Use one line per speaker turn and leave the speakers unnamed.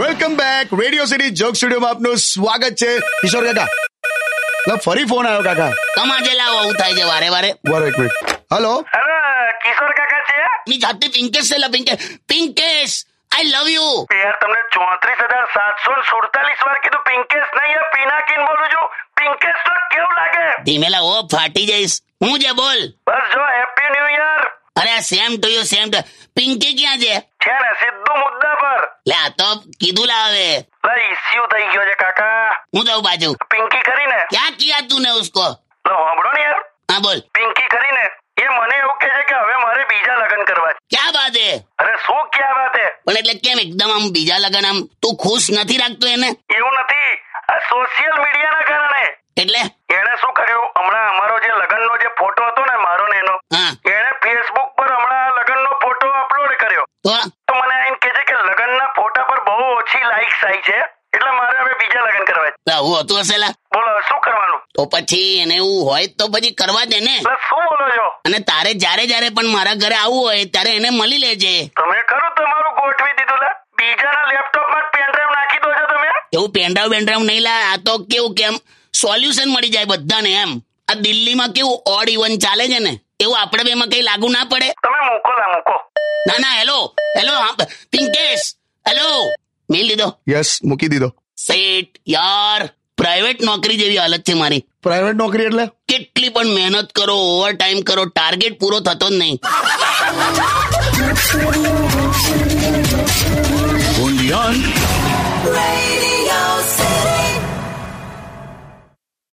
Welcome back radio city joke સ્ટુડિયોમાં આપનું સ્વાગત છે કિશોર કાકા લા, ફરી ફોન આવ્યો કાકા
તમાજે લાવો આવું થાય છે વારે વારે
બરો એક મિનિટ હલો
અરે કિશોર કાકા છે
ની જાતે પિંકેશ છે લા, પિંકે પિંકેશ આઈ લવ યુ
યાર તમને ચોત્રીસ હજાર સાતસો સુડતાલીસ વાર કીધું પિંકેશ નહીં યાર પિનાકીન બોલું છું પિંકેશ તો કેવું લાગે
ધીમેલા ઓ ફાટી જઈશ હું છે બોલ
બસ જો હેપી ન્યુ યર
અરે same to you same to Pinky ક્યાં છે
છે ને સીધું મુદ્દા પર
લે આ તો કીધું લાવે
લા ઇસ્યુ થઈ ગયો છે કાકા
હું જાઉં બાજુ
પિંકી કરીને
ક્યાં કિયા તું ને ઉસકો
લો સાંભળો ને યાર
હા બોલ
પિંકી કરીને એ મને એવું કહે છે કે હવે મારે બીજા લગ્ન કરવા છે
ક્યાં બાત હે
અરે શું ક્યાં વાત હે
પણ એટલે કેમ એકદમ આમ બીજા લગન આમ તું ખુશ નથી રાખતો એને
એવું નથી આ સોશિયલ મીડિયાના કારણે
એટલે
એણે શું કર્યું હમણાં અમારો જે લગ્નનો જે ફોટો હતો ને મારો ને એનો
હા
એણે ફેસબુક પર હમણાં લગ્નનો ફોટો અપલોડ કર્યો
તો
તો મને આઈને કહે છે કે લગ્નના ફોટા પર બહુ ઓછી લાઇક્સ આવી છે એટલે મારે હવે બીજા લગ્ન કરવા છે
લા, હું હતું હશે લા
બોલો હવે શું કરવાનું
તો પછી એને એવું હોય તો પછી કરવા દે ને
એટલે શું બોલો છો
અને તારે જ્યારે જ્યારે પણ મારા ઘરે આવવું હોય ત્યારે એને મળી લેજે
તમે ખરું તમારું ગોઠવી દીધું લા બીજાના લેપટોપમાં પેનડ્રાઈવ નાખી દો છો તમે
એવું પેન્ડ્રાવ બેન્ડ્રાવ નહીં લા આ તો કેવું કેમ સોલ્યુશન મળી જાય બધાને એમ આ દિલ્હીમાં કેવું ઓડ ઇવન ચાલે છે ને એવું આપણે બેમાં કઈ લાગુ ના પડે
તમે મૂકો લા મૂકો
ના ના હેલો હેલો હા, પિંકેશ હેલો મેલ દીધો
યસ મૂકી દીધો
સેટ યાર પ્રાઇવેટ નોકરી જેવી હાલત છે મારી
પ્રાઇવેટ નોકરી એટલે
કેટલી પણ મહેનત કરો ઓવર ટાઈમ કરો ટાર્ગેટ પૂરો થતો જ નહીં
Radio City.